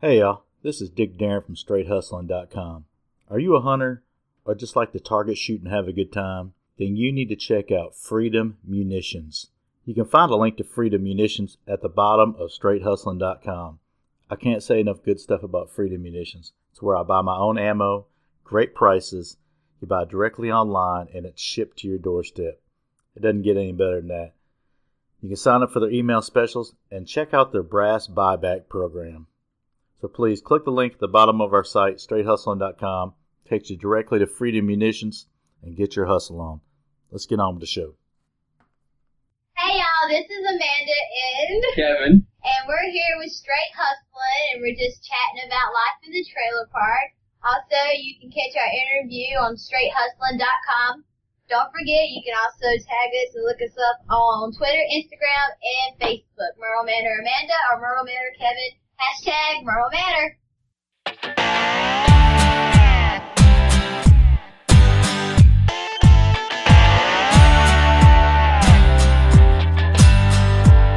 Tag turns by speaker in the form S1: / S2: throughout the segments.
S1: Hey y'all, this is Dick Darren from StraightHustling.com. Are you a hunter or just like to target shoot and have a good time? Then you need to check out Freedom Munitions. You can find a link to Freedom Munitions at the bottom of StraightHustling.com. I can't say enough good stuff about Freedom Munitions. It's where I buy my own ammo, great prices. You buy directly online and it's shipped to your doorstep. It doesn't get any better than that. You can sign up for their email specials and check out their brass buyback program. So please click the link at the bottom of our site, straighthustling.com. Takes you directly to Freedom Munitions and get your hustle on. Let's get on with the show.
S2: Hey y'all, this is Amanda and
S3: Kevin.
S2: and we're here with Straight Hustlin' and we're just chatting about life in the trailer park. Also, you can catch our interview on straighthustlin.com. Don't forget, you can also tag us and look us up on Twitter, Instagram, and Facebook. Merle Manor Amanda or Merle Manor Kevin. Hashtag Merle Manor.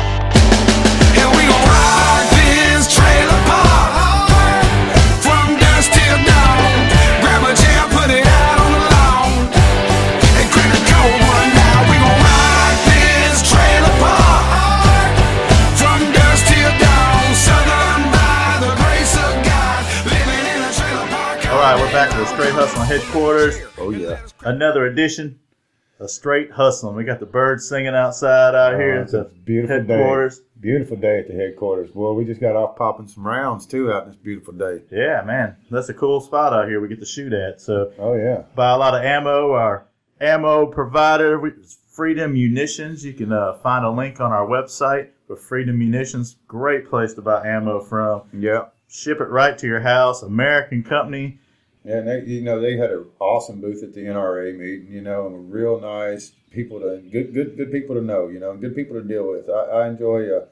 S4: And we gon' ride this trailer park from dusk till dawn. Grab a chair, put it out on the lawn, and crack a cold one. Now we gon' ride this trailer park from dusk till dawn. Southern by the grace of God, living in a trailer park.
S1: All right, we're back to the Straight Hustling headquarters. Oh, yeah. Another edition of Straight Hustling. We got the birds singing outside out here.
S5: Oh,
S1: at
S5: it's a
S1: the
S5: beautiful day.
S1: headquarters.
S5: Beautiful day at the headquarters. Boy, we just got off popping some rounds too out this beautiful day.
S1: Yeah, man. That's a cool spot out here we get to shoot at. So
S5: Oh yeah.
S1: buy a lot of ammo. Our ammo provider we- is Freedom Munitions. You can uh, find a link on our website for Freedom Munitions. Great place to buy ammo from.
S5: Yeah.
S1: Ship it right to your house. American company.
S5: Yeah, and they, you know they had an awesome booth at the NRA meeting, you know, and real nice people to good, good, good people to know, you know, and good people to deal with. I, I enjoy, uh,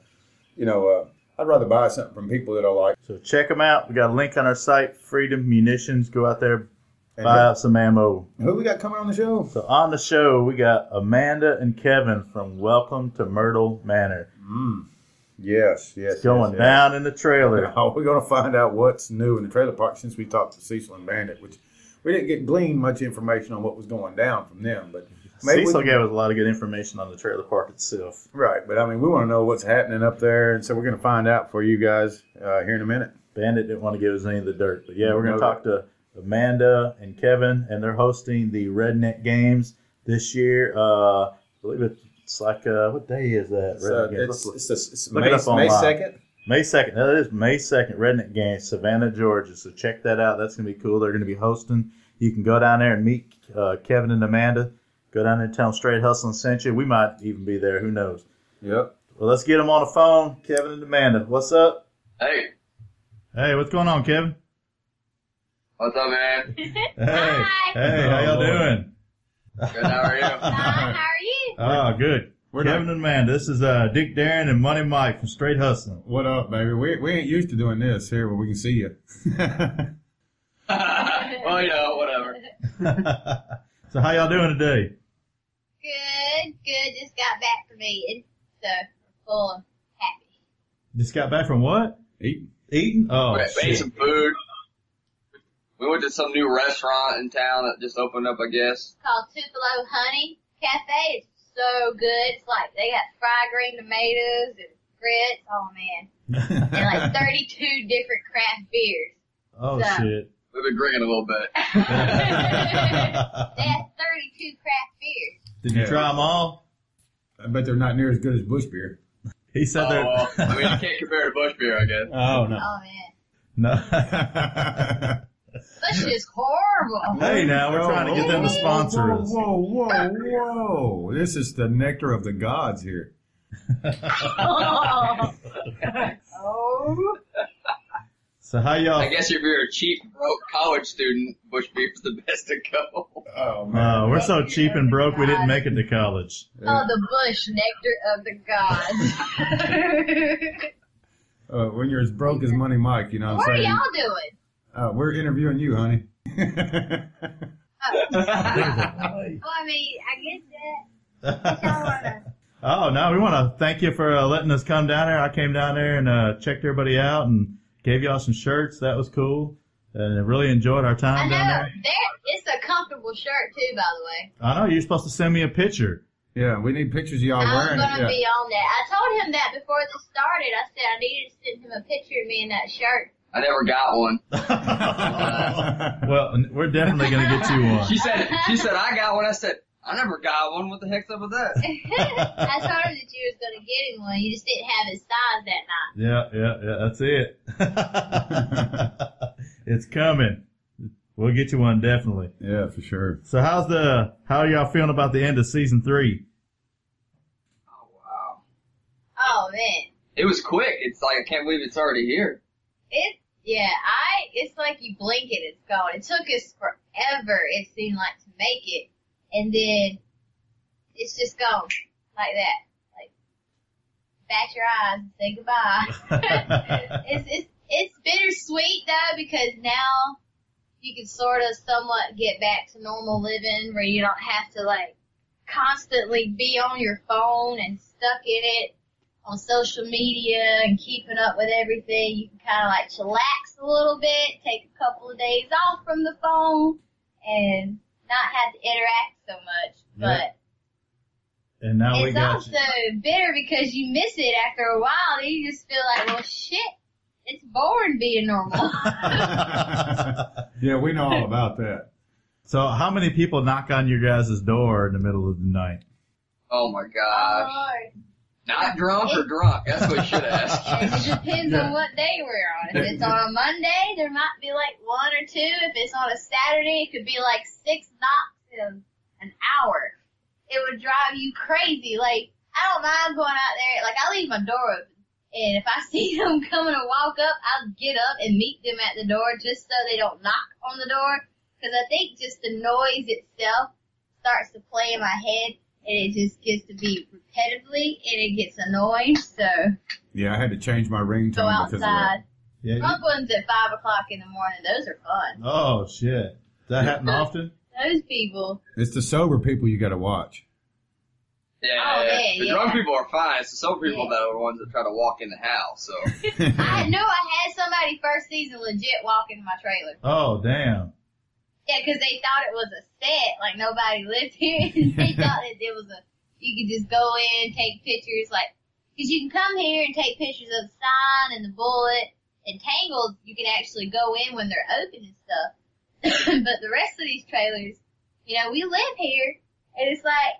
S5: you know, uh, I'd rather buy something from people that I like.
S1: So check them out. We got a link on our site, Freedom Munitions. Go out there,
S5: And uh,
S1: buy up some ammo.
S5: who, who we got coming on the show?
S1: So on the show, we got Amanda and Kevin from Welcome to Myrtle Manor.
S5: Yes, yes,
S1: It's going
S5: yes, yes.
S1: down in the trailer.
S5: Oh, we're gonna find out what's new in the trailer park since we talked to Cecil and Bandit, which we didn't get glean much information on what was going down from them, but we
S1: Cecil
S5: can-
S1: gave us a lot of good information on the trailer park itself.
S5: Right, but I mean, we want to know what's happening up there, and so we're going to find out for you guys uh, here in a minute.
S1: Bandit didn't want to give us any of the dirt. But yeah, we're going to
S5: No.
S1: talk to Amanda and Kevin, and they're hosting the Redneck Games this year. Uh, I believe it's like, uh, what day is that?
S5: It's, uh,
S1: Redneck
S5: it's,
S1: Games.
S5: it's, it's, it's
S1: Look
S5: May,
S1: it up
S5: May
S1: online.
S5: 2nd.
S1: May 2nd. That is May 2nd, Redneck Games, Savannah, Georgia. So check that out. That's going to be cool. They're going to be hosting. You can go down there and meet uh, Kevin and Amanda. Go down there and tell them Straight Hustling sent you. We might even be there. Who knows?
S5: Yep.
S1: Well, let's get them on the phone. Kevin and Amanda. What's up?
S3: Hey,
S1: Hey, what's going on, Kevin?
S3: what's up, man?
S1: Hey,
S2: Hi.
S1: hey, how y'all doing?
S3: Good, how are you?
S2: Hi, how are you?
S1: Ah, good. Kevin and Amanda. This is uh, Dick Darren and Money Mike from Straight Hustling.
S5: What up, baby? We, we ain't used to doing this here where we can see you.
S3: well, you know, Oh, whatever.
S1: so how y'all doing today?
S2: Good, good. Just got back from eating, so full and happy.
S1: Just got back from what?
S5: Eating.
S1: Eating? Oh,
S3: we made some food. We went to some new restaurant in town that just opened up, I guess.
S2: called Tupelo Honey Cafe. It's so good. It's like they got fried green tomatoes and grits. Oh man, and like 32 different craft beers.
S1: oh
S2: Yeah.
S1: shit.
S3: We've been drinking a little bit.
S2: They had 32 craft beers.
S1: Did you
S5: Yeah.
S1: try them all?
S5: I bet they're not near as good as Bush beer.
S1: He said
S3: Oh,
S1: they're
S3: well, I mean, you can't compare to Bush beer, I guess.
S5: Oh, no.
S2: Oh
S1: no.
S2: man, this is horrible.
S1: hey, now we're trying to get them to sponsor
S5: whoa,
S1: us.
S5: Whoa, whoa, whoa, whoa. This is the nectar of the gods here.
S2: oh.
S1: So how y'all?
S3: I guess if you're a cheap, broke college student, Bush beer's the best to go.
S5: Oh,
S1: Uh, we're so
S2: Nectar
S1: cheap and
S2: of
S1: broke we didn't
S2: God.
S1: make it to college.
S2: oh, the bush nectar of the gods.
S5: Uh, when you're as broke as Money Mike, you know what
S2: what are
S5: I'm saying?
S2: y'all doing?
S5: Uh, we're interviewing you, honey.
S1: Oh,
S2: Well, I mean, I get that. Y'all wanna-
S1: Oh no, we want to thank you for uh, letting us come down there. I came down there and uh, checked everybody out and gave y'all some shirts. That was cool. And I really enjoyed our
S2: I
S1: time down
S2: know.
S1: there.
S2: There, it's a comfortable shirt too, by the way.
S1: I know you're supposed to send me a picture.
S6: Yeah, we need pictures of y'all
S2: I was
S6: wearing it.
S2: gonna
S6: Yeah.
S2: be on that. I told him that before this started. I said I needed to send him a picture of me in that shirt.
S3: I never got one.
S1: well, n- we're definitely gonna get you one.
S3: She said, she said, I got one. I said, I never got one. What the heck's up with that?
S2: I told him that you was gonna get him one. You just didn't have his size that night.
S1: Yeah, yeah, yeah. That's it. it's coming. We'll get you one definitely.
S6: yeah, for sure.
S1: So how's the how are y'all feeling about the end of season three?
S3: Wow.
S2: Oh man,
S3: It was quick. It's like, I can't believe it's already here.
S2: it yeah. I it's like you blink and it's gone. It took us forever. It seemed like to make it, and then it's just gone like that. Like bat your eyes and say goodbye. it's, it's it's bittersweet though because now you can sort of somewhat get back to normal living where you don't have to like constantly be on your phone and stuck in it on social media and keeping up with everything. You can kind of like chillax a little bit, take a couple of days off from the phone, and not have to interact so much.
S1: Yeah.
S2: But
S1: and now we
S2: it's
S1: got
S2: also bitter because you miss it after a while. Then you just feel like, well, shit, it's boring being normal.
S1: you.
S6: Yeah, we know all about that.
S1: so how many people knock on your guys' door in the middle of the night?
S3: Oh my gosh.
S2: Lord.
S3: Not drunk or drunk. That's what you should ask.
S2: And it depends
S6: Yeah.
S2: on what day we're on. If it's on a Monday, there might be like one or two. If it's on a Saturday, it could be like six knocks in an hour. It would drive you crazy. Like, I don't mind going out there. Like, I leave my door open. And if I see them coming to walk up, I'll get up and meet them at the door just so they don't knock on the door. Cause I think just the noise itself starts to play in my head and it just gets to be repetitively and it gets annoying. So
S6: Yeah, I had to change my ringtone
S2: go
S6: Um, because of that.
S2: outside.
S1: Yeah. you-
S2: Pump ones at five o'clock in the morning. Those are fun.
S1: oh shit. That happen often?
S2: Those people.
S6: It's the sober people you got to watch.
S3: Yeah,
S2: Oh, yeah,
S3: the
S2: yeah.
S3: drunk people are fine. It's the sober people
S2: Yeah.
S3: that are the ones that try to walk in the house. So
S2: I knew I had somebody first season legit walk into my trailer.
S1: Oh damn.
S2: Yeah, 'cause they thought it was a set. Like nobody lived here. they thought that it was a. You could just go in, take pictures, like, 'cause you can come here and take pictures of the sign and the bullet and tangled. You can actually go in when they're open and stuff. but the rest of these trailers, you know, we live here, and it's like,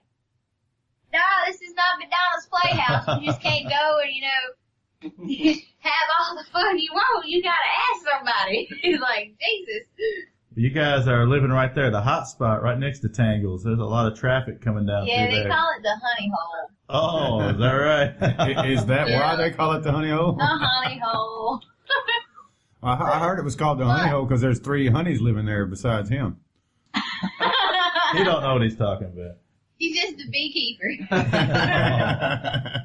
S2: no, this is not McDonald's Playhouse. You just can't go and you know. have all the fun you want. You gotta ask somebody. He's like, Jesus.
S1: You guys are living right there, the hot spot right next to Tangles. There's a lot of traffic coming down
S2: Yeah,
S1: through
S2: they
S1: there.
S2: call it the honey hole.
S1: oh, is that right?
S6: I- Is that why they call it the honey hole?
S2: The honey hole.
S6: I, I heard it was called the honey hole because there's three honeys living there besides him.
S1: he don't know what he's talking about.
S2: He's just a beekeeper.
S6: yeah,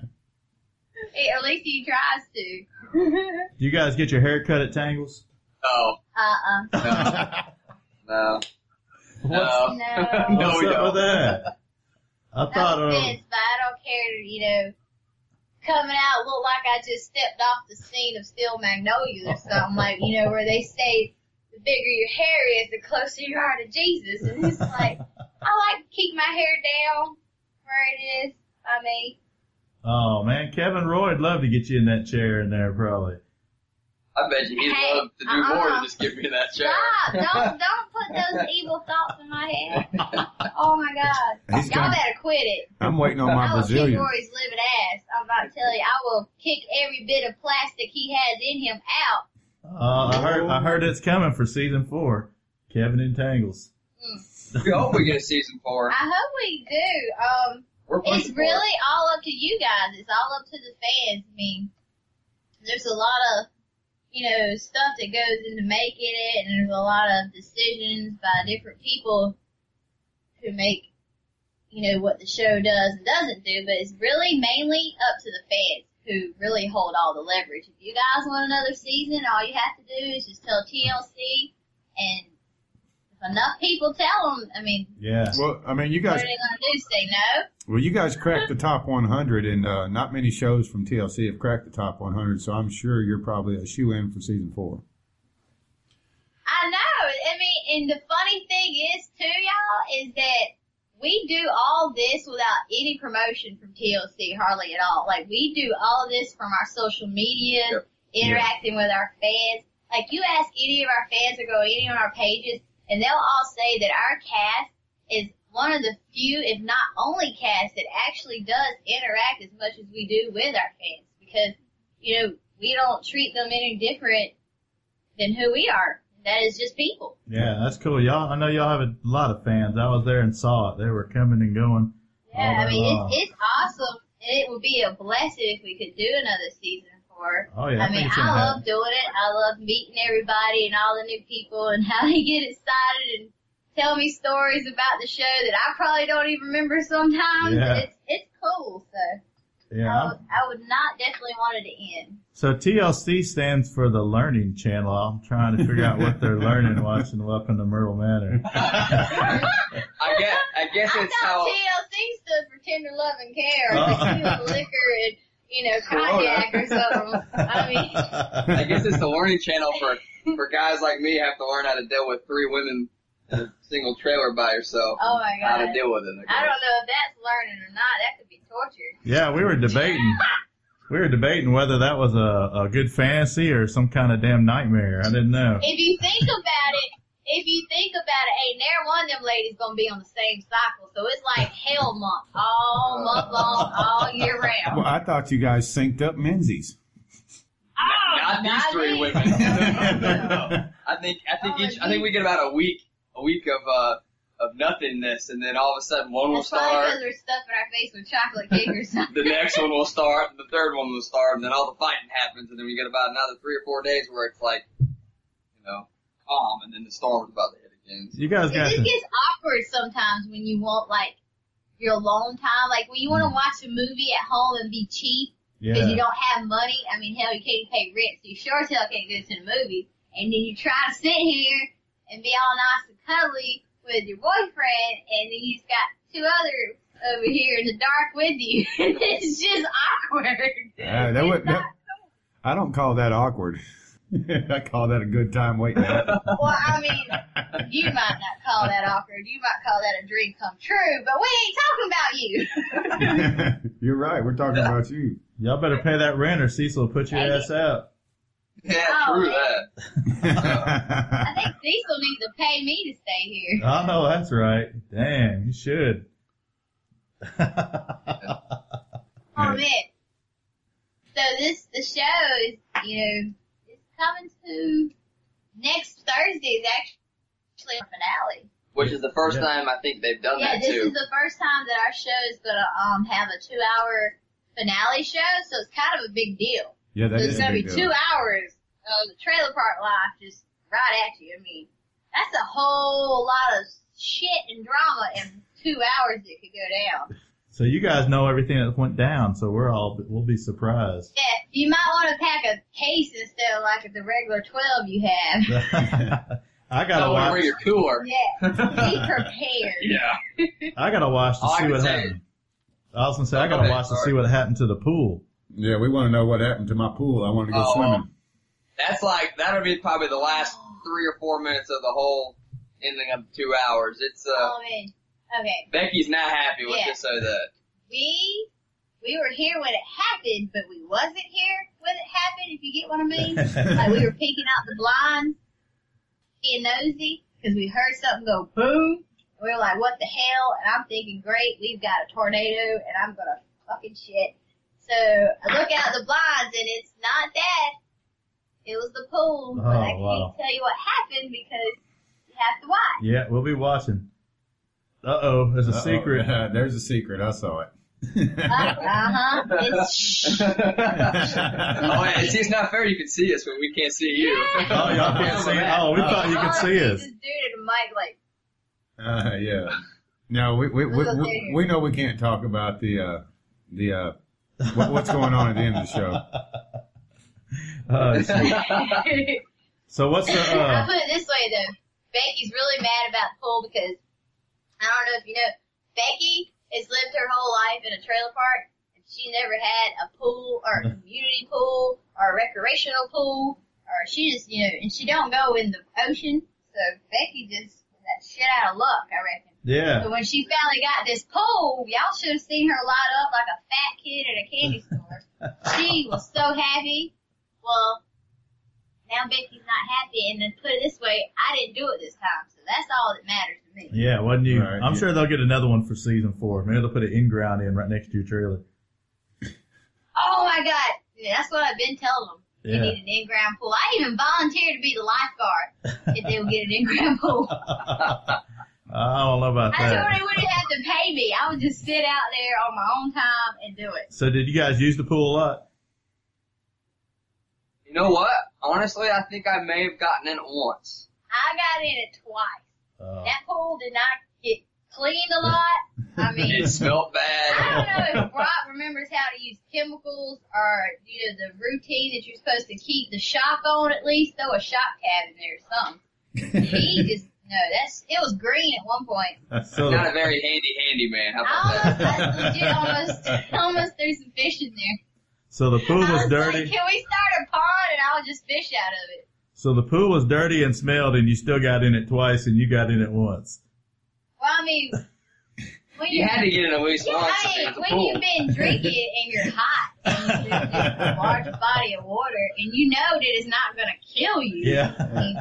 S2: Eh, At least he tries to.
S1: Do you guys get your hair cut at Tangles?
S3: no,
S2: Uh uh
S3: no,
S1: What's-
S2: No.
S3: no, no,
S1: What's
S3: we
S1: up
S3: don't.
S1: with that? I thought
S2: No
S1: uh,
S2: offense, but I don't care to, you know, coming out look like I just stepped off the scene of Steel Magnolias or something. Like, you know, where they say the bigger your hair is, the closer you are to Jesus. And it's like, I like to keep my hair down where it is by me.
S1: Oh man, Kevin Roy'd love to get you in that chair in there probably.
S3: I bet you he'd
S2: Hey,
S3: love to do more than
S2: uh-uh.
S3: just give me that chair.
S2: Stop! Don't don't put those evil thoughts in my head. Oh my god!
S6: He's
S2: Y'all
S6: gonna-
S2: better quit it.
S6: I'm waiting on my
S2: I will kick
S6: Brazilian.
S2: Rory's livid ass. I'm about to tell you. I will kick every bit of plastic he has in him out.
S1: Uh, I heard I heard it's coming for season four. Kevin entangles.
S3: We hope Mm. we get season four.
S2: I hope we do. Um,
S3: We're pushing
S2: it's
S3: for it.
S2: really all up to you guys. It's all up to the fans. I mean, there's a lot of you know stuff that goes into making it, and there's a lot of decisions by different people who make you know what the show does and doesn't do. But it's really mainly up to the fans who really hold all the leverage. If you guys want another season, all you have to do is just tell TLC and enough people tell them, I mean,
S1: Yeah.
S5: Well, I mean, you
S2: what are
S5: guys,
S2: they going to do? Say no?
S5: well, you guys cracked the top 100, and uh, not many shows from TLC have cracked the top 100. So I'm sure you're probably a shoe in for season four.
S2: I know. I mean, and the funny thing is too, y'all, is that we do all this without any promotion from TLC hardly at all. Like we do all this from our social media,
S3: Yep.
S2: interacting with our fans. Like you ask any of our fans or go any on our pages, and they'll all say that our cast is one of the few, if not only cast that actually does interact as much as we do with our fans because, you know, we don't treat them any different than who we are. That is just people.
S1: Yeah, that's cool. Y'all, I know y'all have a lot of fans. I was there and saw it. They were coming and going. all
S2: Yeah, I
S1: day
S2: mean,
S1: long.
S2: it's, it's awesome. It would be a blessing if we could do another season four.
S1: Oh yeah, I,
S2: I
S1: think
S2: mean,
S1: it's
S2: I
S1: gonna
S2: love
S1: happen.
S2: doing it. I love meeting everybody and all the new people and how they get excited and tell me stories about the show that I probably don't even remember sometimes.
S1: Yeah.
S2: It's, it's cool, so
S1: Yeah.
S2: I,
S1: I'm-
S2: would, I would not definitely want it to end.
S1: So TLC stands for the Learning Channel. I'm trying to figure out what they're learning watching Welcome to Myrtle Manor.
S3: I guess I guess
S2: I
S3: it's
S2: thought
S3: how
S2: TLC stood for tender love and care,
S1: Oh.
S2: like you and liquor and you know cognac or something. I mean.
S3: I guess it's the learning channel for for guys like me have to learn how to deal with three women in a single trailer by yourself.
S2: Oh my
S3: How
S2: god.
S3: to deal with it.
S2: I
S3: guess.
S2: don't know if that's learning or not. That could be torture.
S1: yeah, we were debating. We were debating whether that was a, a good fantasy or some kind of damn nightmare. I didn't know.
S2: If you think about it, if you think about it, hey, never one of them ladies gonna be on the same cycle. So it's like hell month,
S3: Uh,
S2: all month long, all year round.
S5: Well, I thought you guys synced up Menzies.
S2: Oh,
S3: Not these
S2: God,
S3: three
S2: me.
S3: women. I think I think
S2: Oh,
S3: each I think we get about a week a week of uh of nothingness and then all of a sudden one will
S2: That's probably
S3: start,
S2: because they're stuffing our face with chocolate cake or something.
S3: the next one will start, and the third one will start, and then all the fighting happens, and then we get about another three or four days where it's like, you know, calm, and then the storm is about to hit again.
S1: You guys
S2: It
S1: got
S2: just
S1: to.
S2: gets awkward sometimes when you want like your alone time. Like when you
S3: Mm.
S2: want to watch a movie at home and be cheap, because you
S1: Yeah.
S2: don't have money. I mean, hell, you can't even pay rent, so you sure as hell can't go to the movie. And then you try to sit here and be all nice and cuddly with your boyfriend, and then you just got two other over here in the dark with you. it's just awkward.
S5: Uh, that would, that, I don't call that awkward. I call that a good time waiting. to happen.
S2: Well, I mean, you might not call that awkward. You might call that a dream come true, but we ain't talking about you.
S5: You're right. We're talking about you.
S1: Y'all better pay that rent or Cecil will put your ass out.
S3: Yeah,
S2: Oh,
S3: true
S2: man.
S3: that.
S2: I think Cecil needs to pay me to stay here.
S1: I know that's right. Damn, you should.
S2: Oh man. So this the show is you know it's coming to next Thursday is actually our finale.
S3: Which is the first
S1: Yeah.
S3: time I think they've done
S2: Yeah,
S3: that
S2: this is
S3: too.
S2: the first time that our show is gonna um have a two hour finale show, so it's kind of a big deal.
S5: Yeah, that
S2: so it's
S5: is a
S2: gonna be
S5: big
S2: two
S5: deal.
S2: hours of the trailer park life just right at you. I mean, that's a whole lot of shit and drama in two hours that could go down.
S1: So you guys know everything that went down. So we're all we'll be surprised.
S2: Yeah, you might want to pack a case instead of like the regular 12 you have.
S1: I gotta
S3: Don't worry,
S1: watch.
S3: you're cooler.
S2: Yeah, be prepared.
S3: Yeah.
S1: I gotta watch to
S3: All I
S1: see
S3: can
S1: what
S3: say-
S1: happened. I was gonna say I gotta
S3: Okay,
S1: watch to see
S3: sorry.
S1: what happened to the pool.
S5: Yeah, we want to know what happened to my pool. I want to go
S3: Oh.
S5: swimming.
S3: That's like that'll be probably the last three or four minutes of the whole ending of two hours. It's uh
S2: Oh man. Okay,
S3: Becky's not happy with
S2: Yeah.
S3: this so that.
S2: we we were here when it happened, but we wasn't here when it happened. If you get what I mean, like we were peeking out the blinds, being nosy because we heard something go boom. We were like, "What the hell?" And I'm thinking, "Great, we've got a tornado, and I'm gonna fucking shit." So I look out the blinds, and it's not that. It was the pool, but I
S1: Oh,
S2: can't
S1: wow.
S2: tell you what happened because you have to watch.
S1: Yeah, we'll be watching. Uh oh, there's a
S5: Uh-oh.
S1: secret.
S5: There's a secret. I saw it.
S2: Uh huh. It's
S3: oh, yeah, see, it's not fair. You can see us, but we can't see you.
S1: Oh, y'all can't see. Oh, we thought you could see us.
S2: This dude and Mike like
S5: Uh, yeah. No, we we, we, we we know we can't talk about the uh, the uh, what, what's going on at the end of the show.
S1: Uh, so-
S2: I
S1: so what's uh, the? Uh,
S2: put it this way though. Becky's really mad about the pool because I don't know if you know, Becky has lived her whole life in a trailer park and she never had a pool or a community pool or a recreational pool or she just, you know, and she don't go in the ocean. So Becky just that shit out of luck, I reckon.
S1: Yeah.
S2: But when she finally got this pole, y'all should have seen her light up like a fat kid at a candy store. she was so happy. Well, now Becky's not happy, and then put it this way, I didn't do it this time, so that's all that matters to me.
S1: Yeah, wasn't you?
S5: Right,
S1: I'm
S5: yeah.
S1: sure they'll get another one for season four. Maybe they'll put an in ground in right next to your trailer.
S2: Oh my god, Yeah, that's what I've been telling them. You
S1: Yeah.
S2: need an in-ground pool. I even volunteered to be the lifeguard if they would get an in-ground pool.
S1: I don't know about
S2: I
S1: that.
S2: know they wouldn't have to pay me. I would just sit out there on my own time and do it.
S1: So did you guys use the pool a lot?
S3: You know what? Honestly, I think I may have gotten in it once.
S2: I got in it twice.
S1: Uh,
S2: That pool did not get cleaned a lot. I mean,
S3: It
S2: I
S3: smelled bad.
S2: don't know if Brock remembers how to use chemicals or you know the routine that you're supposed to keep the shock on at least. Throw a shock tab in there or something. he just no, that's it was green at one point.
S1: that's still
S3: Not a very handy handy man. How
S2: I
S3: about
S2: almost,
S3: that?
S2: I legit almost, almost threw some fish in there.
S1: so the pool
S2: I
S1: was
S2: was like,
S1: dirty.
S2: can we start a pond and I'll just fish out of it?
S1: So the pool was dirty and smelled, and you still got in it twice, and you got in it once.
S2: Well, I mean, when
S3: You
S2: you
S3: had to get in at least
S2: You
S3: once. if
S2: ain't-
S3: it was a
S2: when
S3: pool.
S2: you've been drinking and you're hot, and you just drink a large body of water, and you know that it's not going to kill you. I
S1: Yeah.
S2: mean,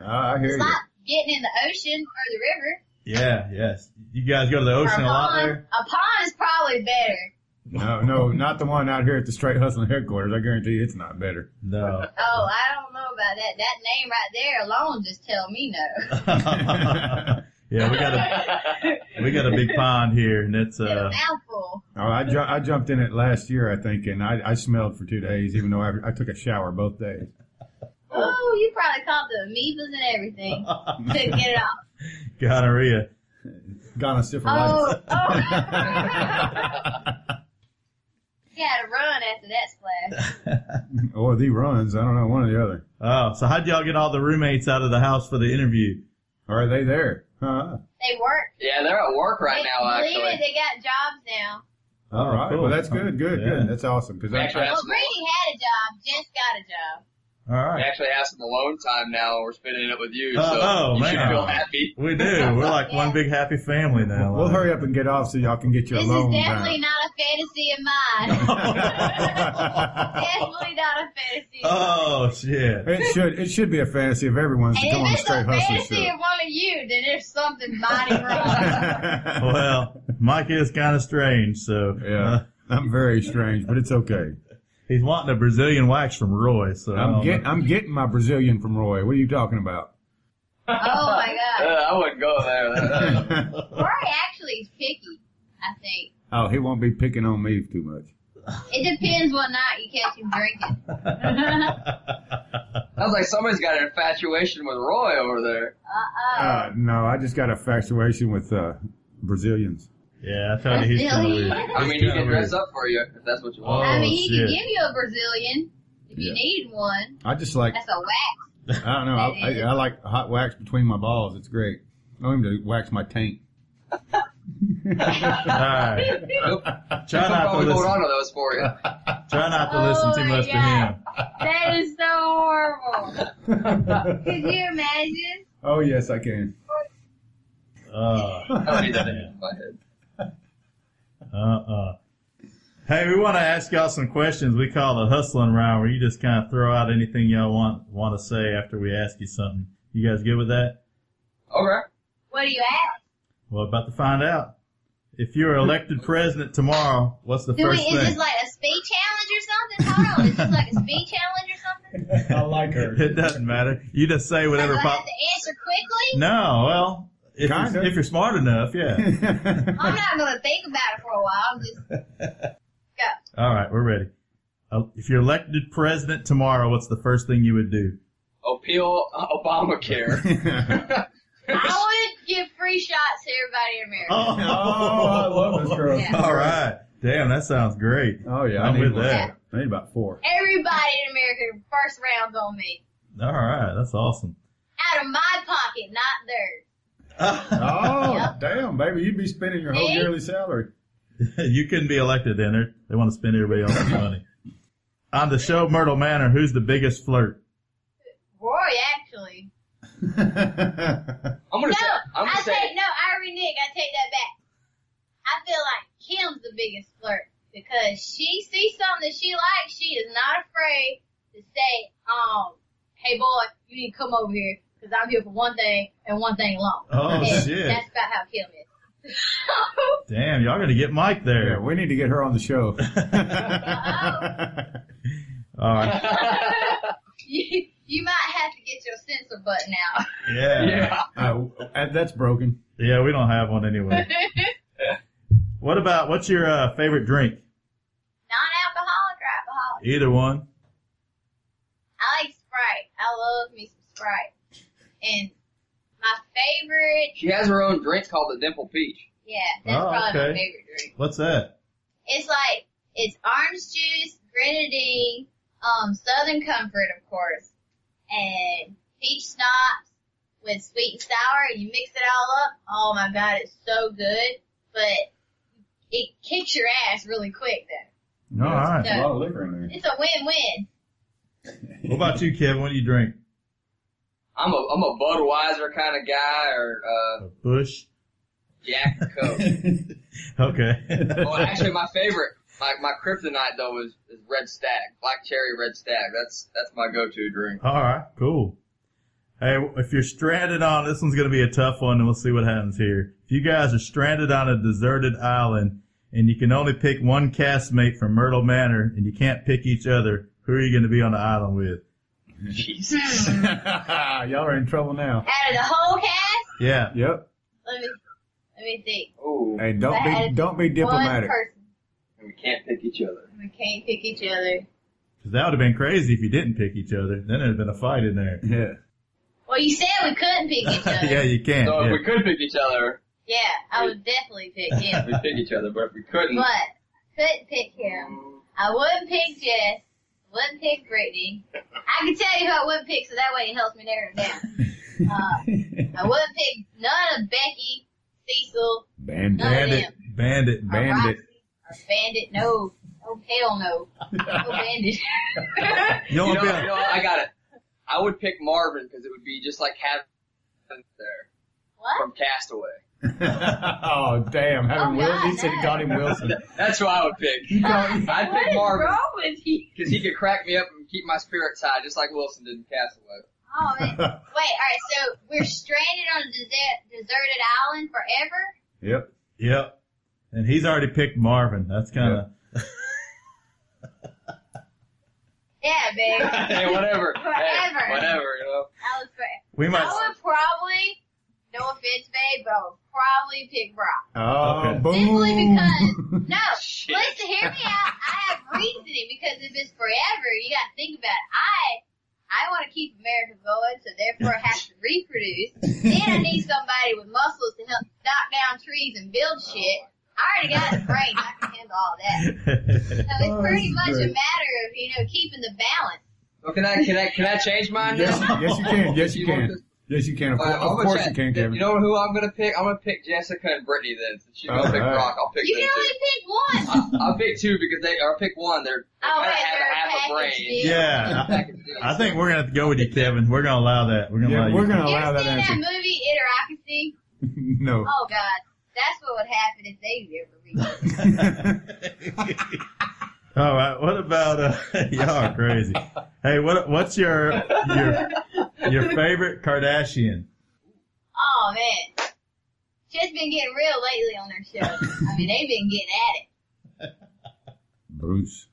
S5: I I hear
S2: It's
S5: you.
S2: like getting in the ocean or the river.
S1: Yeah. Yes. You guys go to the
S2: or
S1: ocean a
S2: a
S1: lot
S2: pond.
S1: there.
S2: A pond is probably better.
S5: No, no, not the one out here at the Straight Hustling headquarters. I guarantee you, it's not better.
S1: No.
S2: Oh, I don't know about that. That name right there alone just tell me no.
S5: Oh,
S1: yeah, we got a we got a big pond here, and it's
S2: It's
S1: uh
S2: a mouthful.
S5: Oh, I, ju- I jumped in it last year, I think, and I, I smelled for two days, even though I, I took a shower both days.
S2: Oh, you probably caught the amoebas and everything. Couldn't get it off.
S1: gonorrhea.
S5: Gonosyphilis.
S2: Oh, oh. he had to run after that splash.
S5: Or the Oh, runs. I don't know, one or the other.
S1: Oh, so how'd y'all get all the roommates out of the house for the interview?
S5: Or are they there? Huh?
S2: They work.
S3: Yeah, they're at work
S2: they,
S3: right now.
S2: believe it,
S3: Actually,
S2: they got jobs now.
S5: All right.
S1: Oh, cool.
S5: Well, that's good, good,
S1: Yeah.
S5: good. That's awesome. Because
S3: Actually,
S5: I,
S2: Well, Brady had a job. Jess got a job.
S1: All
S3: we
S1: right,
S3: actually have some alone time now. We're spending it with you,
S1: Uh,
S3: so
S1: oh,
S3: you
S1: man.
S3: should feel happy.
S1: we do. We're like one big happy family now.
S5: we'll hurry up and get off so y'all can get your
S2: This
S5: loan
S2: is definitely
S5: back.
S2: not a fantasy of mine. definitely not a fantasy.
S5: Uh,
S2: of mine.
S1: oh shit!
S5: it should it should be a fantasy of everyone's to come
S2: and
S5: on the
S2: if it's a
S5: Straight Hustling
S2: fantasy
S5: show.
S2: of one of you, then there's something mighty wrong.
S1: Well, Mike is kind of strange, so
S5: yeah,
S1: uh,
S5: I'm very strange, but it's okay.
S1: he's wanting a Brazilian wax from Roy. So I
S5: I'm
S1: don't
S5: get
S1: know.
S5: I'm getting my Brazilian from Roy. What are you talking about?
S2: oh my
S3: Uh,
S2: god.
S3: I wouldn't go there. That-
S2: Rory actually is picky, I think.
S5: oh, he won't be picking on me too much.
S2: It depends what night you catch him drinking. uh
S3: Sounds like somebody's got an infatuation with Roy over there.
S2: oh.
S5: Uh, no, I just got a infatuation with uh, Brazilians.
S1: yeah, I told you he's kind of
S2: Brazilian.
S1: weird.
S3: I mean, he can dress up for you if that's what you want.
S1: Oh,
S2: I mean, he
S1: shit.
S2: can give you a Brazilian if you
S5: Yeah.
S2: need one.
S5: I just like
S2: That's a wax.
S5: I don't know. I, I, I like hot wax between my balls. It's great. I want him to wax my taint.
S1: All right,
S3: Nope.
S1: try not to
S3: probably hold
S1: listen.
S3: on to those for you.
S1: Try not to
S2: Oh
S1: listen too
S2: my
S1: much to
S2: God.
S1: him.
S2: That is so horrible. Could you imagine?
S5: Oh yes, I can.
S1: Uh,
S3: I don't need that in my head.
S1: uh-uh. Hey, we want to ask y'all some questions. We call the hustling round, where you just kind of throw out anything y'all want want to say after we ask you something. You guys good with that?
S3: Okay.
S2: What do you ask?
S1: Well, about to find out. If you were elected president tomorrow, what's the
S2: Do we,
S1: first
S2: is this
S1: thing?
S2: like a speed challenge or something? Hold on, is this like a speed challenge or something?
S5: I like her.
S1: it doesn't matter. You just say
S2: Like, do
S1: whatever
S2: I have
S1: pops.
S2: to answer quickly?
S1: No, well, if you're,
S5: Kinda.
S1: if you're smart enough, yeah.
S2: I'm not going to think about it for a while. I'm just go.
S1: All right, we're ready. Uh, if you're elected president tomorrow, what's the first thing you would do?
S3: Appeal uh, Obamacare.
S2: I would give free shots to everybody in America.
S5: oh, I love this girl.
S2: Yeah.
S1: All right. Damn, that sounds great.
S5: Oh yeah,
S1: I'm
S5: I need
S1: with
S5: one.
S1: that.
S5: I need about four.
S2: Everybody in America, first round's on me.
S1: All right, that's awesome.
S2: I out of my pocket, not theirs.
S5: Oh,
S2: Yep.
S5: damn, baby, you'd be spending your whole
S2: See?
S5: yearly salary.
S1: you couldn't be elected then. They're, they want to spend everybody else's money. On the show Myrtle Manor, who's the biggest flirt?
S2: Roy, actually.
S3: I'm gonna
S2: No,
S3: say, I'm
S2: I
S3: gonna say,
S2: take no. I renege. I take that back. I feel like Kim's the biggest flirt because she sees something that she likes. She is not afraid to say, "Um, hey boy, you need to come over here because I'm here for one thing and one thing alone."
S1: Oh,
S2: And
S1: shit.
S2: That's about how Kim is.
S1: Damn, y'all gonna get Mike
S5: yeah,
S1: there.
S5: we need to get her on the show. Uh,
S1: All right.
S2: you, you might have to get your sensor button out.
S1: Yeah. yeah.
S3: yeah,
S5: Uh, that's broken.
S1: we don't have one anyway. What about, what's your uh, favorite drink?
S2: Non-alcoholic or alcoholic?
S1: Either one.
S2: I like Sprite. I love me some Sprite. And my favorite,
S3: she has her own drink called the Dimple Peach.
S2: yeah, that's
S1: Oh,
S2: probably
S1: okay.
S2: my favorite drink.
S1: What's that?
S2: It's like it's orange juice, grenadine, um, Southern Comfort, of course, and peach schnapps with sweet and sour, and you mix it all up. Oh my god, it's so good, but it kicks your ass really quick though.
S1: All right.
S6: A
S2: Yeah.
S6: lot of liquor in there.
S2: It's a win-win.
S1: What about you, Kevin? What do you drink?
S3: I'm a I'm a Budweiser kind of guy or uh,
S1: A bush?
S3: Jack and Coke.
S1: Okay.
S3: well, actually, my favorite, my, my kryptonite though is, is Red Stag, Black Cherry Red Stag. That's that's my go-to drink.
S1: All right, cool. Hey, if you're stranded on this one's going to be a tough one, and we'll see what happens here. If you guys are stranded on a deserted island and you can only pick one castmate from Myrtle Manor and you can't pick each other, who are you going to be on the island with?
S3: Jesus.
S5: Y'all are in trouble now.
S2: Out of the whole cast,
S1: Yeah,
S5: Yep.
S2: let me let me think.
S3: Ooh,
S5: Hey, don't be don't be
S2: One
S5: diplomatic.
S2: person.
S3: and we can't pick each other.
S2: We can't pick each other.
S1: because that would have been crazy if you didn't pick each other. Then there'd have been a fight in there.
S5: Yeah.
S2: Well, you said we couldn't pick each other.
S1: yeah, you can.
S3: So if
S1: Yeah.
S3: we could pick each other,
S2: Yeah, I would definitely pick him.
S3: we pick each other. But if we
S2: but
S3: couldn't, um,
S2: I couldn't pick him. I wouldn't pick Jess. Wouldn't pick Brittany. I can tell you who I wouldn't pick, so that way it helps me narrow it down. Uh, I wouldn't pick none of Becky, Cecil,
S5: Bandit.
S2: None of
S1: Bandit, bandit,
S2: or
S1: bandit.
S2: Roxy, or Bandit. No. Oh, hell no. No Bandit.
S1: You don't
S3: you
S1: want
S3: know,
S1: to be
S3: you
S1: on-
S3: know, I got it. I would pick Marvin because it would be just like having there
S2: what?
S3: from Castaway.
S5: oh damn!
S2: Oh,
S5: Having Wilson, he
S2: God,
S5: said he
S2: no.
S5: got him Wilson.
S3: That- That's who I would pick. I'd
S2: What
S3: pick
S2: is
S3: Marvin
S2: wrong with you?
S3: because he could crack me up and keep my spirits high, just like Wilson did in Castaway.
S2: Oh, man. Wait, alright, so we're stranded on a desert, deserted island forever?
S5: Yep.
S1: Yep. And he's already picked Marvin. That's kind of.
S2: Yeah, babe.
S3: hey, whatever. Hey,
S2: Forever.
S3: whatever. You know.
S2: I was for
S1: We might.
S2: I would probably, no offense, babe, but I would probably pick Brock.
S5: Oh,
S1: Okay.
S5: boom.
S2: Simply because, no,
S3: Shit.
S2: listen, hear me out. I have reasoning because if it's forever, you gotta think about it. I, I want to keep America going, so therefore I have to reproduce. Then I need somebody with muscles to help knock down trees and build shit. I already got the brain. I can handle all that. So it's
S5: Oh,
S2: pretty
S5: this is
S2: much a
S5: great.
S2: matter of, you know, keeping the balance.
S3: Well, can I can I can I change mine now?
S5: yes, yes, you can. Yes, you
S3: You want
S5: can.
S3: this?
S5: Yes, you can. Of,
S3: All
S5: course,
S3: right, I'm
S5: of
S3: gonna
S5: course
S3: check.
S5: you can, Kevin.
S3: You know who I'm gonna pick? I'm gonna pick Jessica and Brittany then. Since she's gonna
S5: All
S3: pick
S5: right.
S3: Brock, I'll pick
S2: You
S3: them
S2: can only
S3: two.
S2: pick one.
S5: Oh,
S3: I'll pick two because they or pick one. They're they
S2: Oh,
S3: gotta
S2: wait,
S3: have
S2: they're
S3: a half a
S2: packaged
S3: brain.
S2: deal.
S1: yeah. I-
S3: Packaged deal.
S1: I think we're gonna have to go with you, Kevin. We're gonna allow that. We're gonna
S5: yeah,
S1: allow
S5: we're
S1: you.
S5: gonna
S2: You
S5: allow
S2: ever
S5: that
S2: seen that
S5: answer.
S2: movie, Idiocracy?
S5: No.
S2: Oh god, that's what would happen if they ever reached. it. Oh.
S1: All right. What about uh, y'all are crazy? Hey, what what's your your your favorite Kardashian?
S2: Oh man, she's been getting real lately on her show. I mean, they've been getting at it.
S5: Bruce,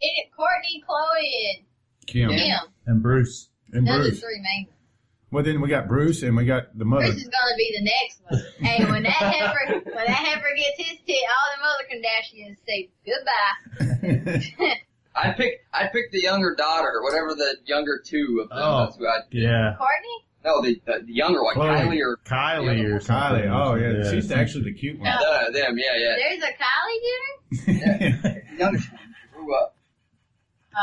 S2: It Courtney, Chloe,
S5: Kim,
S2: and
S3: Yeah.
S2: Kim.
S1: And Bruce.
S5: and
S2: Those
S5: Bruce.
S2: are three main. ones.
S5: Well, then we got Bruce, and we got the mother.
S2: Chris is gonna be the next one. hey, when that heifer, when that heifer gets his tit, all them other Kardashians say goodbye.
S3: I'd pick I'd pick the younger daughter, whatever the younger two of them.
S1: Oh.
S3: That's who I
S1: Yeah.
S2: Courtney,
S3: no the the, the younger one,
S5: Chloe.
S3: Kylie or
S1: Kylie or something.
S5: Kylie. Oh yeah, she's
S1: something.
S5: actually the cute one.
S2: Yeah.
S3: uh, them. Yeah, yeah.
S2: there's a Kylie Jenner.
S3: The youngest one grew up.
S2: Oh,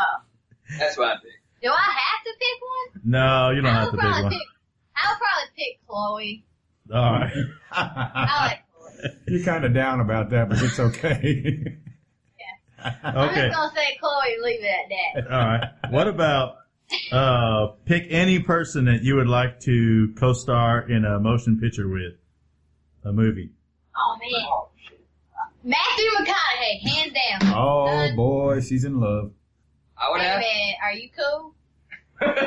S3: That's what I pick.
S2: do I have to pick one?
S1: No, you don't
S2: I
S1: have
S2: would
S1: to pick
S2: probably
S1: one.
S2: pick pick Chloe.
S1: All right.
S2: I like Chloe.
S5: You're kind of down about that, but it's okay.
S2: I'm
S1: Okay.
S2: just gonna say Chloe and leave it at that.
S1: All right. What about uh, pick any person that you would like to co-star in a motion picture with a movie?
S2: Oh man. Matthew McConaughey, hands down.
S5: oh boy, she's in love.
S3: I would
S2: Hey
S3: ask.
S2: man, are you cool?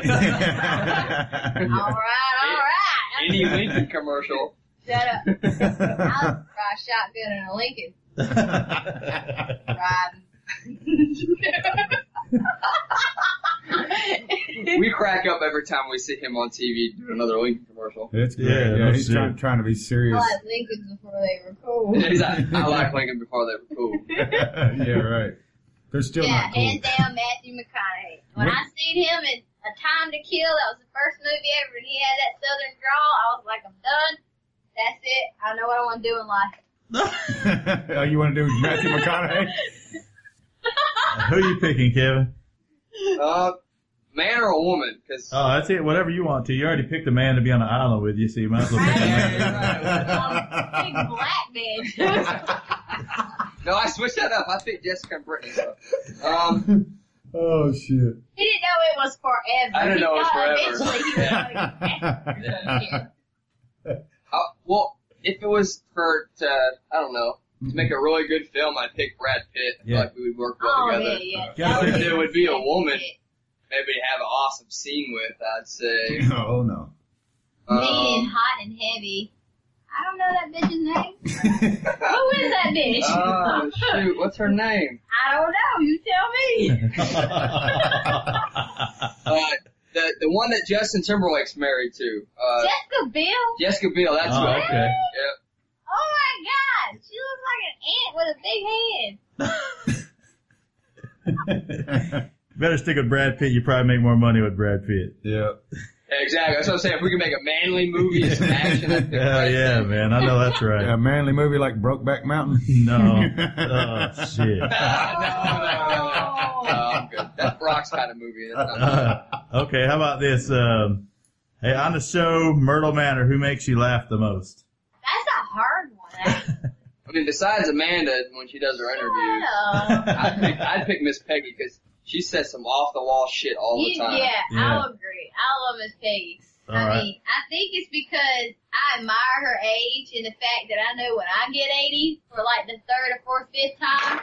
S5: Yeah.
S2: Alright, alright.
S3: Any Lincoln commercial.
S2: Shut up. I was ride shotgun in a Lincoln. Riding.
S3: We crack up every time we see him on TV doing another Lincoln commercial.
S5: That's great.
S1: Yeah,
S5: Yeah,
S1: no
S5: he's
S1: shit.
S5: trying, trying to be
S2: I
S5: serious.
S2: like Lincolns before they were cool.
S3: He's like, I like Lincoln before they were cool.
S5: yeah, right. They're still
S2: Yeah,
S5: not cool.
S2: hands down Matthew McConaughey. When I seen him in A Time to Kill, that was the first movie ever, and he had that southern drawl, I was like, I'm done. That's it. I know what I want to do in life.
S5: oh, you want to do Matthew McConaughey?
S1: Who you picking, Kevin?
S3: Uh, man or a woman? Because
S1: Oh, that's it. Whatever you want to. You already picked a man to be on the island with you, so you might as well pick a man.
S2: Big black bitch.
S3: no, I switched that up. I picked Jessica and Brittany. So. Um,
S5: oh shit!
S2: he didn't know it was forever.
S3: I didn't
S2: he
S3: know it was
S2: thought
S3: forever.
S2: Eventually he was going to
S3: yeah. Uh, well, if it was for to, I don't know, to make a really good film, I'd pick Brad Pitt. I feel
S1: Yeah.
S3: like we would work well
S2: Oh, yeah,
S3: together.
S2: yeah.
S1: Gotta
S2: That
S1: think
S3: there would be a woman.
S2: Me
S3: Maybe have an awesome scene with. I'd say.
S5: Oh no!
S2: and
S3: Um,
S2: hot and heavy. I don't know that bitch's name. Who is that bitch?
S3: oh shoot! What's her name?
S2: I don't know. You tell me.
S3: Uh, the the one that Justin Timberlake's married to. Uh,
S2: Jessica Biel.
S3: Jessica Biel. That's
S1: Oh,
S3: who. I-
S1: okay.
S3: Yep.
S2: Oh my God, she looks like an ant with a big head.
S1: Better stick with Brad Pitt. You probably make more money with Brad Pitt.
S5: yeah.
S3: Exactly. That's what I'm saying. If we can make a manly movie, and some action. I'd pick
S1: Hell
S3: Brad
S1: yeah,
S3: Pitt.
S1: man. I know that's
S5: A
S1: right.
S5: manly movie like Brokeback Mountain.
S1: No. Oh, shit.
S3: no, no, no, no. No, Oh, I'm good. That's Brock's kind of movie. That's not
S1: Uh, okay, how about this? Um, hey, on the show, Myrtle Manor, who makes you laugh the most?
S2: That's a hard one.
S3: I mean, besides Amanda, when she does her interviews,
S2: Shut up.
S3: I'd
S1: Oh,
S3: pick, I'd pick Miss Peggy because she says some off the wall shit all the
S2: You-
S3: time.
S2: yeah,
S1: Yeah.
S2: I'll agree. I love Miss Peggy. I
S1: Alright.
S2: mean, I think it's because I admire her age and the fact that I know when I get 80 for like the third or fourth, fifth time,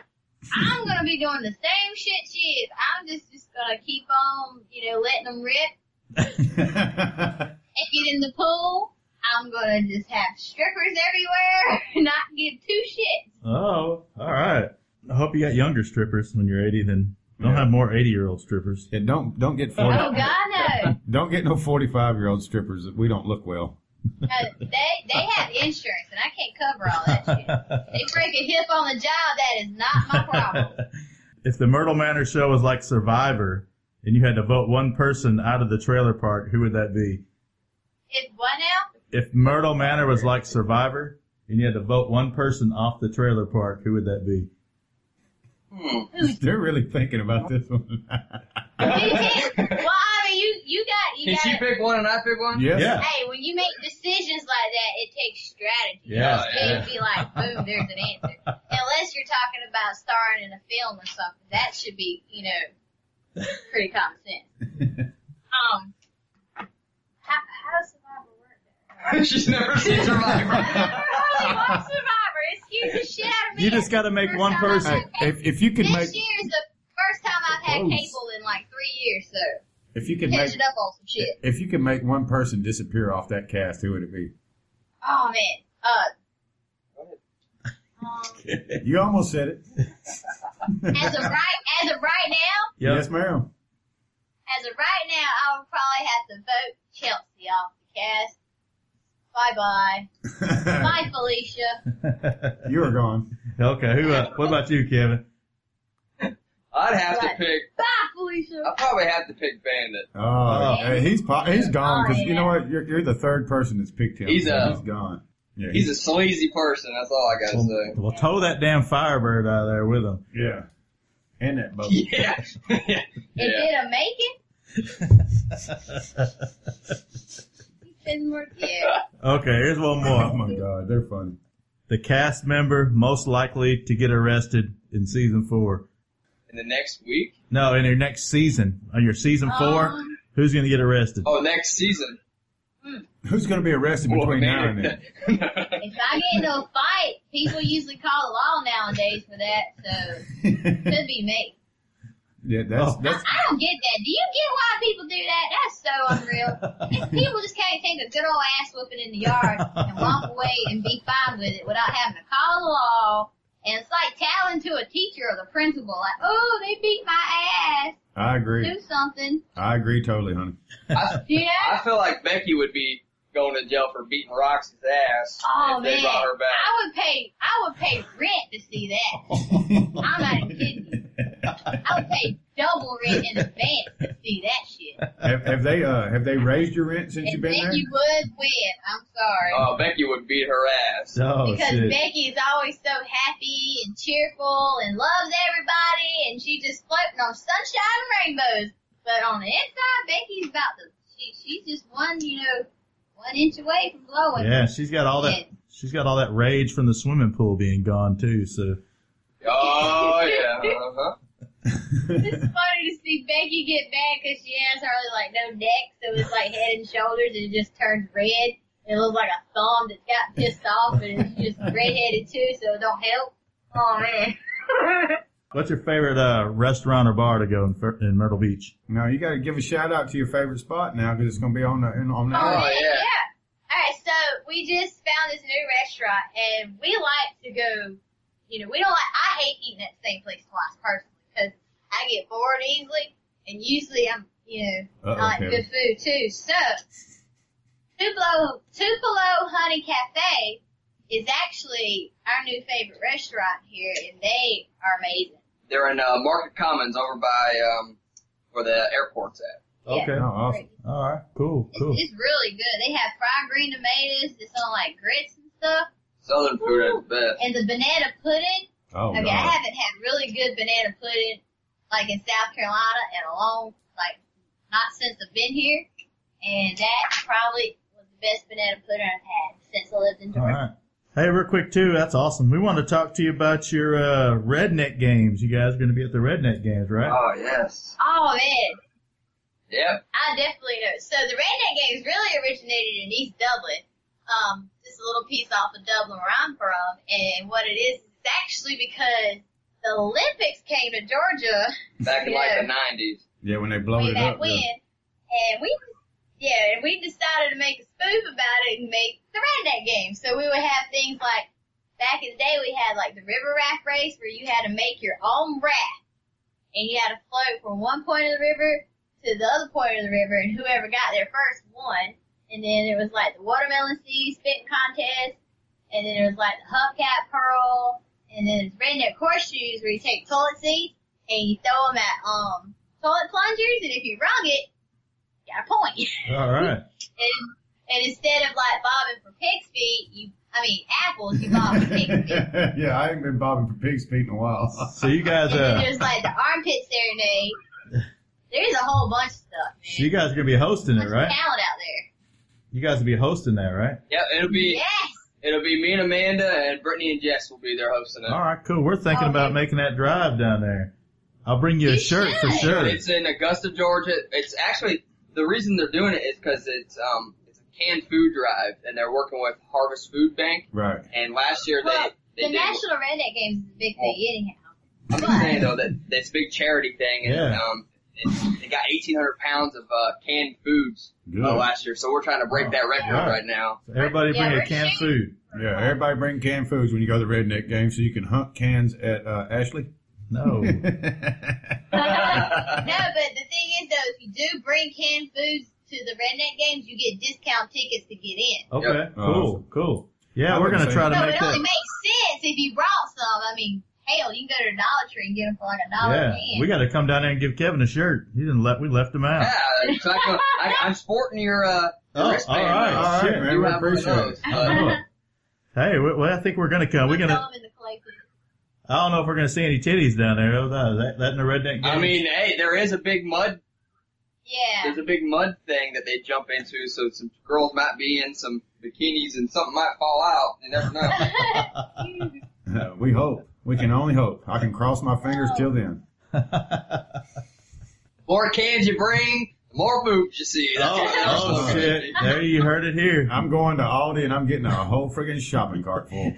S2: I'm gonna be doing the same shit she is. I'm just just gonna keep on, you know, letting them rip. and get in the pool. I'm gonna just have strippers everywhere, not give two shits.
S1: Oh, all right. I hope you got younger strippers when you're 80 than don't
S5: Yeah.
S1: have more 80 year old strippers.
S5: Yeah, don't don't get forty.
S2: Oh God, no!
S5: Don't get no forty-five year old strippers. We don't look well.
S2: Uh, they they have insurance, and I can't cover all that shit. They break a hip on the job. That is not my problem.
S1: if the Myrtle Manor show was like Survivor and you had to vote one person out of the trailer park, who would that be?
S2: If what now?
S1: If Myrtle Manor was like Survivor and you had to vote one person off the trailer park, who would that be?
S3: Hmm.
S5: They're really thinking about this one.
S2: You can't- well, I mean, you you got you
S3: Can she
S2: got. to
S3: pick one and I pick one?
S5: yes.
S1: Yeah.
S2: Hey, when you make decisions like that, it takes strategy.
S1: Yeah,
S2: you just can't
S3: yeah.
S2: be like, boom, there's an answer. Unless you're talking about starring in a film or something, that should be, you know, pretty common sense. Um, how, how does Survivor work?
S3: She's never seen Survivor.
S2: I really watch Survivor. It scared the shit out of me.
S1: You just got to make
S2: First
S1: one
S2: time I
S1: person.
S2: had
S5: Hey,
S2: cable-
S5: if if you can
S2: this
S5: make
S2: year is the first time I've had
S1: Gross.
S2: cable in like three years, so
S5: if you can make
S2: catching up on some shit.
S5: if you can make one person disappear off that cast, who would it be?
S2: Oh man. Uh, um,
S5: You almost said it.
S2: as of right, as of right now,
S1: Yep.
S5: Yes, ma'am.
S2: as of right now, I would probably have to vote Chelsea off the cast. Bye bye. Bye Felicia.
S5: you are gone.
S1: Okay. Who? Uh, what about you, Kevin?
S3: I'd have to
S2: Right.
S3: pick.
S2: Bye Felicia.
S3: I'd probably have to pick Bandit.
S5: Oh, hey, he's po- he's gone because you know what? You're, you're the third person that's picked him.
S3: He's
S5: so
S3: a-
S5: he's gone. Yeah,
S3: He's a sleazy person. That's all I gotta say.
S1: Well, tow that damn Firebird out of there with him.
S5: yeah, and that boat.
S3: Yeah.
S2: It
S3: yeah.
S2: did a make it. It's more cute.
S1: Okay, here's one
S5: Oh
S1: more.
S5: my God, they're funny.
S1: The cast member most likely to get arrested in season four.
S3: In the next week?
S1: No, in your next season, on your season four,
S2: Um.
S1: who's going to get arrested?
S3: Oh, next season.
S5: Who's going to be arrested
S3: Well,
S5: between now
S3: man,
S5: and then?
S2: If I get into a fight, people usually call the law nowadays for that, so could be me.
S5: Yeah, that's
S1: Oh.
S2: I,
S5: that's.
S2: I don't get that. Do you get why people do that? That's so unreal. It's, people just can't take a good old ass whooping in the yard and walk away and be fine with it without having to call the law. And it's like telling to a teacher or the principal, like, oh, they beat my ass.
S5: I agree.
S2: Do something.
S5: I agree totally, honey.
S3: I,
S2: Yeah.
S3: I feel like Becky would be going to jail for beating Roxy's ass
S2: Oh
S3: if
S2: man,
S3: they brought her back.
S2: I would pay. I would pay rent to see that. I'm not even kidding. you. I would pay double rent in advance to see that shit.
S5: Have, have they uh have they raised your rent since you've
S2: And
S5: been
S2: then
S5: there?
S2: you would win. I'm sorry.
S3: Uh, Becky would beat her ass.
S1: Oh,
S2: because
S1: shit.
S2: Becky is always so happy and cheerful and loves everybody and she just floating on sunshine and rainbows. But on the inside, Becky's about to, she, she's just one, you know, one inch away from blowing.
S1: Yeah, she's got all that.
S2: Yeah.
S1: She's got all that rage from the swimming pool being gone too. So
S3: Oh yeah. Uh-huh.
S2: It's funny to see Becky get mad because she has hardly like no neck, so it's like head and shoulders and it just turns red. It looks like a thumb that got pissed off and it's just redheaded too, so it don't help. Oh man.
S1: what's your favorite uh, restaurant or bar to go in, Fir- in Myrtle Beach?
S5: no, you got to give a shout out to your favorite spot now because it's going to be on the in- on the.
S2: Oh,
S3: Oh,
S2: man,
S3: yeah.
S2: yeah. Alright, so we just found this new restaurant and we like to go, you know, we don't like, I hate eating at the same place twice personally because I get bored easily and usually I'm, you know,
S5: Uh-oh,
S2: I like
S5: Kevin.
S2: good food too. So, Tupelo, Tupelo Honey Cafe is actually our new favorite restaurant here and they are amazing.
S3: They're in uh, Market Commons over by um, where the airport's at.
S2: Yeah.
S1: Okay,
S5: Oh, awesome.
S1: all right, cool, cool.
S2: It's, it's really good. They have fried green tomatoes. It's on like grits and stuff.
S3: Southern food at its best.
S2: And the banana pudding.
S5: Oh,
S2: okay, I
S5: God.
S2: haven't had really good banana pudding like in South Carolina in a long, like not since I've been here, and that probably was the best banana pudding I've had since I lived in
S1: All right.
S2: Georgia.
S1: Hey, real quick too. That's awesome. We want to talk to you about your uh, redneck games. You guys are going to be at the redneck games, right?
S3: Oh yes.
S2: Oh man,
S3: Yep.
S2: I definitely know. So the redneck games really originated in East Dublin, um, just a little piece off of Dublin where I'm from, and what it is is actually because the Olympics came to Georgia.
S3: Back in like
S2: Yeah.
S3: the nineties.
S5: Yeah, when they blow
S2: way
S5: it
S2: back
S5: up.
S2: when.
S5: yeah.
S2: And we, yeah, and we decided to make a spoof about it and make the redneck game. So we would have things like, back in the day we had like the river raft race where you had to make your own raft. And you had to float from one point of the river to the other point of the river and whoever got there first won. And then it was like the watermelon seed spitting contest. And then it was like the hubcap pearl. And then it's redneck horseshoes where you take toilet seats and you throw them at, um, toilet plungers. And if you wrong it, you got a point.
S1: All right.
S2: And, and instead of like bobbing for pig's feet, you, I mean apples, you bob for pig's feet.
S5: yeah, I ain't been bobbing for pig's feet in a while.
S1: So you guys,
S2: And then
S1: uh,
S2: there's like the armpit serenade. There's a whole bunch of stuff, man.
S1: so you guys are going to be hosting it,
S2: There's
S1: right?
S2: talent out there.
S1: You guys will be hosting that, right?
S3: Yep. It'll be
S2: Yes.
S3: it'll be me and Amanda and Brittany and Jess will be there hosting it.
S1: All right, cool. We're thinking
S2: Oh,
S1: about
S2: man.
S1: making that drive down there. I'll bring you a
S2: You
S1: shirt for
S2: should.
S1: sure.
S3: It's in Augusta, Georgia. It's actually the reason they're doing it is because it's um it's a canned food drive and they're working with Harvest Food Bank.
S5: right.
S3: And last year
S2: Well,
S3: they they
S2: the
S3: did.
S2: National Redneck Games is a big thing, anyhow.
S3: I'm just saying though that that's a big charity thing and
S1: Yeah.
S3: um it's, they got 1,800 pounds of uh, canned foods
S5: Good.
S3: uh, last year, so we're trying to break
S1: Oh,
S3: that record
S1: Wow.
S3: right now.
S1: So everybody
S2: Yeah,
S1: bring a
S2: we're
S1: canned
S2: shooting.
S1: food.
S5: Yeah, everybody bring canned foods when you go to the redneck game so you can hunt cans at uh, Ashley.
S1: No.
S3: Oh.
S2: no, but the thing is though, if you do bring canned foods to the Redneck Games, you get discount tickets to get in.
S1: Okay. Cool.
S5: Awesome.
S1: Cool. Yeah,
S5: I
S1: we're
S5: wouldn't
S1: gonna
S5: say-
S1: try to
S2: No,
S1: make
S2: it only
S1: that.
S2: makes sense if you brought some. I mean, hell, you can go to the Dollar Tree and get them for like a dollar
S1: Yeah,
S2: a can.
S1: we got to come down there and give Kevin a shirt. He didn't let we left him out.
S3: Yeah, it's like a, I, I'm sporting your, uh, your
S1: Oh,
S3: wristband.
S1: all right.
S3: Uh,
S5: All
S1: Shit,
S5: right,
S3: you
S5: man, we
S3: have one of
S5: appreciate
S3: those,
S5: it.
S3: but-
S1: Hey, we, well, I think we're gonna come. We're gonna.
S2: Throw 'em in the collective.
S1: I don't know if we're gonna see any titties down there. Oh, that that in the redneck game.
S3: I mean, hey, there is a big mud
S2: Yeah.
S3: There's a big mud thing that they jump into, so some girls might be in some bikinis and something might fall out. You never know.
S5: Uh, we hope. We can only hope. I can cross my fingers till then.
S3: more cans you bring, the more boobs you see. That's what they're
S1: Oh, oh
S3: supposed to
S1: shit.
S3: be.
S1: There you heard it here.
S5: I'm going to Aldi and I'm getting a whole freaking shopping cart full.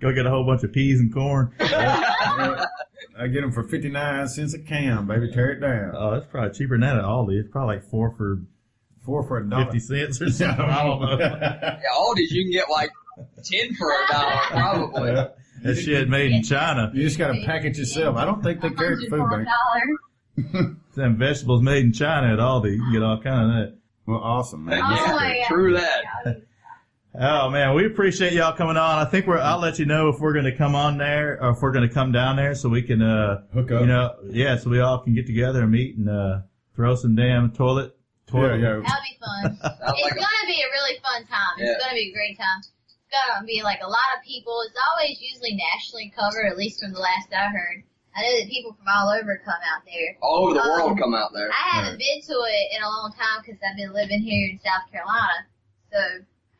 S1: Go get a whole bunch of peas and corn.
S5: I get them for 59 cents a can, baby. Tear it down.
S1: Oh, that's probably cheaper than that at Aldi. It's probably like four for
S5: Four for a dollar.
S1: fifty cents or something. I don't know.
S3: Yeah, all these you can get like ten for a dollar probably.
S5: Yeah.
S1: That shit made in China.
S5: You just got to package yourself. I don't think they carry the food
S2: $104.
S5: bank.
S1: Them vegetables made in China at Aldi. You can get all kind of that.
S5: Well, awesome, man.
S2: Oh,
S3: Yeah,
S2: my God.
S3: true that.
S1: Oh man, we appreciate y'all coming on. I think we're. I'll let you know if we're going to come on there or if we're going to come down there so we can, uh,
S5: Hook up.
S1: you know, yeah, so we all can get together and meet and uh, throw some damn toilet
S5: yeah,
S1: toilet.
S2: That'll
S5: yeah.
S2: be fun.
S3: Sounds
S2: it's
S3: like a,
S2: gonna be a really fun time. It's
S3: Yeah.
S2: gonna be a great time. It's gonna be like a lot of people. It's always usually nationally covered, at least from the last I heard. I know that people from all over come out there.
S3: all over the world come out there.
S2: I haven't been to it in a long time because I've been living here in South Carolina. So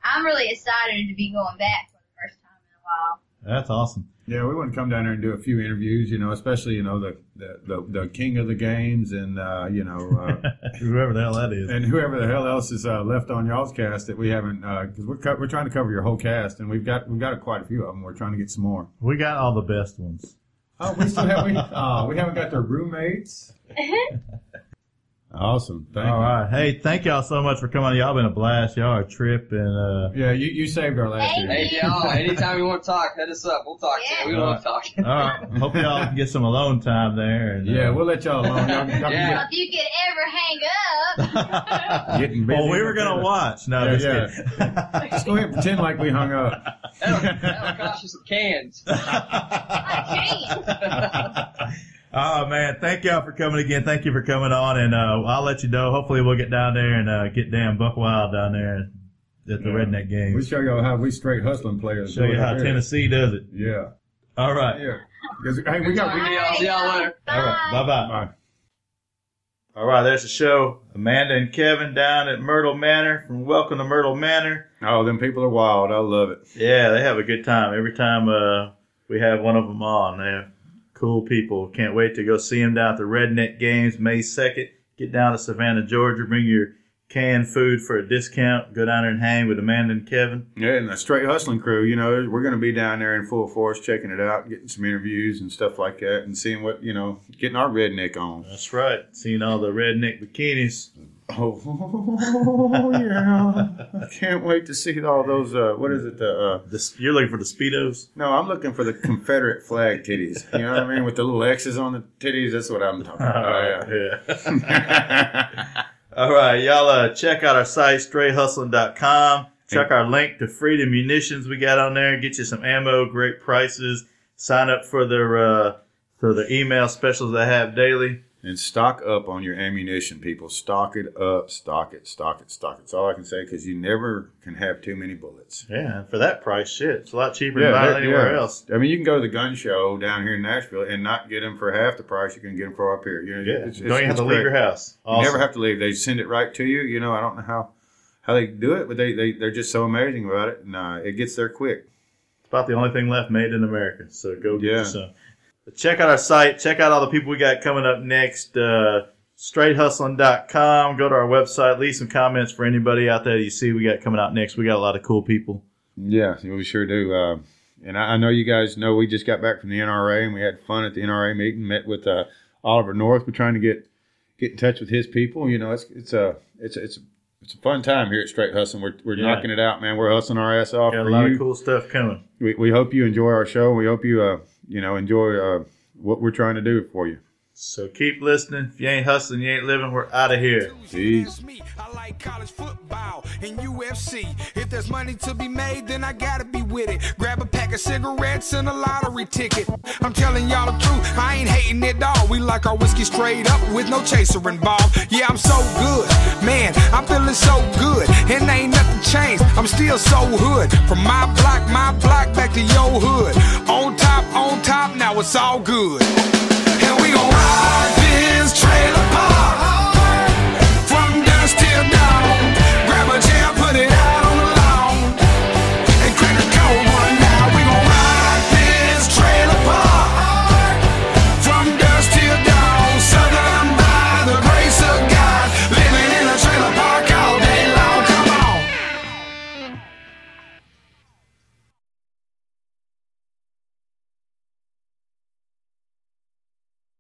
S2: I'm really excited to be going back for the first time in a while.
S1: That's awesome.
S5: Yeah, we want to come down there and do a few interviews, you know, especially, you know, the, the, the, the king of the games and, uh, you know, uh,
S1: Whoever the hell that is.
S5: and whoever the hell else is uh, left on y'all's cast that we haven't, because we're, co- we're trying to cover your whole cast and we've got we've got quite a few of them. We're trying to get some more.
S1: We got all the best ones.
S5: Oh, we still have, we, uh, we haven't got their roommates. awesome. Thank
S1: all
S5: you.
S1: right. Hey, thank y'all so much for coming. Y'all been a blast. Y'all are uh, a trip and
S5: Yeah, you, you saved our last
S2: Thank
S5: year.
S3: Hey y'all, anytime you want to talk, hit us up. We'll talk to you. We
S1: Yeah.
S3: love talking.
S1: uh all right. Hope y'all can get some alone time there and uh,
S5: Yeah, we'll let y'all alone. Y'all, y'all
S3: Yeah.
S2: If you could ever hang up,
S5: get- getting busy.
S1: Well, we were gonna watch. No,
S5: Yeah,
S1: just
S5: yeah.
S1: kidding.
S5: Just go ahead and pretend like we hung up.
S3: That'll, that'll cost you some cans.
S2: I
S1: Oh man, thank y'all for coming again. Thank you for coming on, and uh, I'll let you know. Hopefully, we'll get down there and uh, get damn buck wild down there at the
S5: Yeah.
S1: redneck
S5: We
S1: games.
S5: show y'all how we straight hustling players.
S1: Show
S5: do
S1: you
S5: it
S1: how
S5: there.
S1: Tennessee does it.
S5: Yeah.
S1: All right,
S5: Yeah. 'Cause, hey, we uh, got.
S3: See
S5: We,
S3: y'all, see y'all later.
S1: all right, bye bye.
S5: Bye.
S1: All right, there's the show. Amanda and Kevin down at Myrtle Manor from Welcome to Myrtle Manor.
S5: Oh, them people are wild. I love it.
S1: Yeah, they have a good time every time uh, we have one of them on. They're cool people. Can't wait to go see them down at the Redneck Games May second. Get down to Savannah, Georgia. Bring your canned food for a discount. Go down there and hang with Amanda and Kevin.
S5: Yeah, and the straight hustling crew. You know, we're going to be down there in full force, checking it out, getting some interviews and stuff like that, and seeing what you know, getting our redneck on.
S1: That's right. Seeing all the redneck bikinis.
S5: Oh, yeah! I can't wait to see all those. Uh, what is it? The uh,
S1: The, you're looking for the speedos.
S5: no, I'm looking for the Confederate flag titties. You know what I mean? With the little X's on the titties. That's what I'm talking about. Oh,
S1: yeah.
S5: yeah.
S1: All right, y'all uh, check out our site, strayhustling.com. Check our link to Freedom Munitions we got on there. Get you some ammo, great prices. Sign up for their uh, for their email specials they have daily.
S5: And stock up on your ammunition, people. Stock it up, stock it, stock it, stock it. That's all I can say because you never can have too many bullets.
S1: Yeah, and for that price, shit, it's a lot cheaper than buying
S5: that-
S1: anywhere
S5: yeah.
S1: else.
S5: I mean, you can go to the gun show down here in Nashville and not get them for half the price you can get them for up here. You know,
S1: Yeah,
S5: it's-
S1: don't
S5: it's-
S1: even have
S5: it's
S1: to leave
S5: great.
S1: your house.
S5: You never have to leave. They send it right to you. You know, I don't know how how they do it, but they, they they're just so amazing about it, and uh, it gets there quick.
S1: It's about the only thing left made in America. So go get
S5: Yeah.
S1: you some. But check out our site. Check out all the people we got coming up next. Uh, straighthustling.com. Go to our website. Leave some comments for anybody out there you see we got coming out next. We got a lot of cool people.
S5: Yeah, we sure do. Uh, and I, I know you guys know we just got back from the NRA and we had fun at the NRA meeting. Met with uh, Oliver North. We're trying to get get in touch with his people. You know, it's it's a it's a, it's a, it's a fun time here at Straight Hustling. We're, we're
S1: Yeah.
S5: knocking it out, man. We're hustling our ass off.
S1: Got a
S5: for
S1: lot
S5: you.
S1: of cool stuff coming.
S5: we, we hope you enjoy our show. We hope you uh, you know enjoy uh, what we're trying to do for you.
S1: So keep listening. If you ain't hustling, you ain't living. We're out of here.
S5: Peace.
S4: Ask me. I like college football and UFC. If there's money to be made, then I gotta be with it. Grab a pack of cigarettes and a lottery ticket. I'm telling y'all the truth, I ain't hating at all. We like our whiskey straight up with no chaser involved. Yeah, I'm so good, man. I'm feeling so good, and ain't nothing changed. I'm still so hood. From my block, my block back to your hood. On top, on top, now it's all good. And we gon' ride this trailer park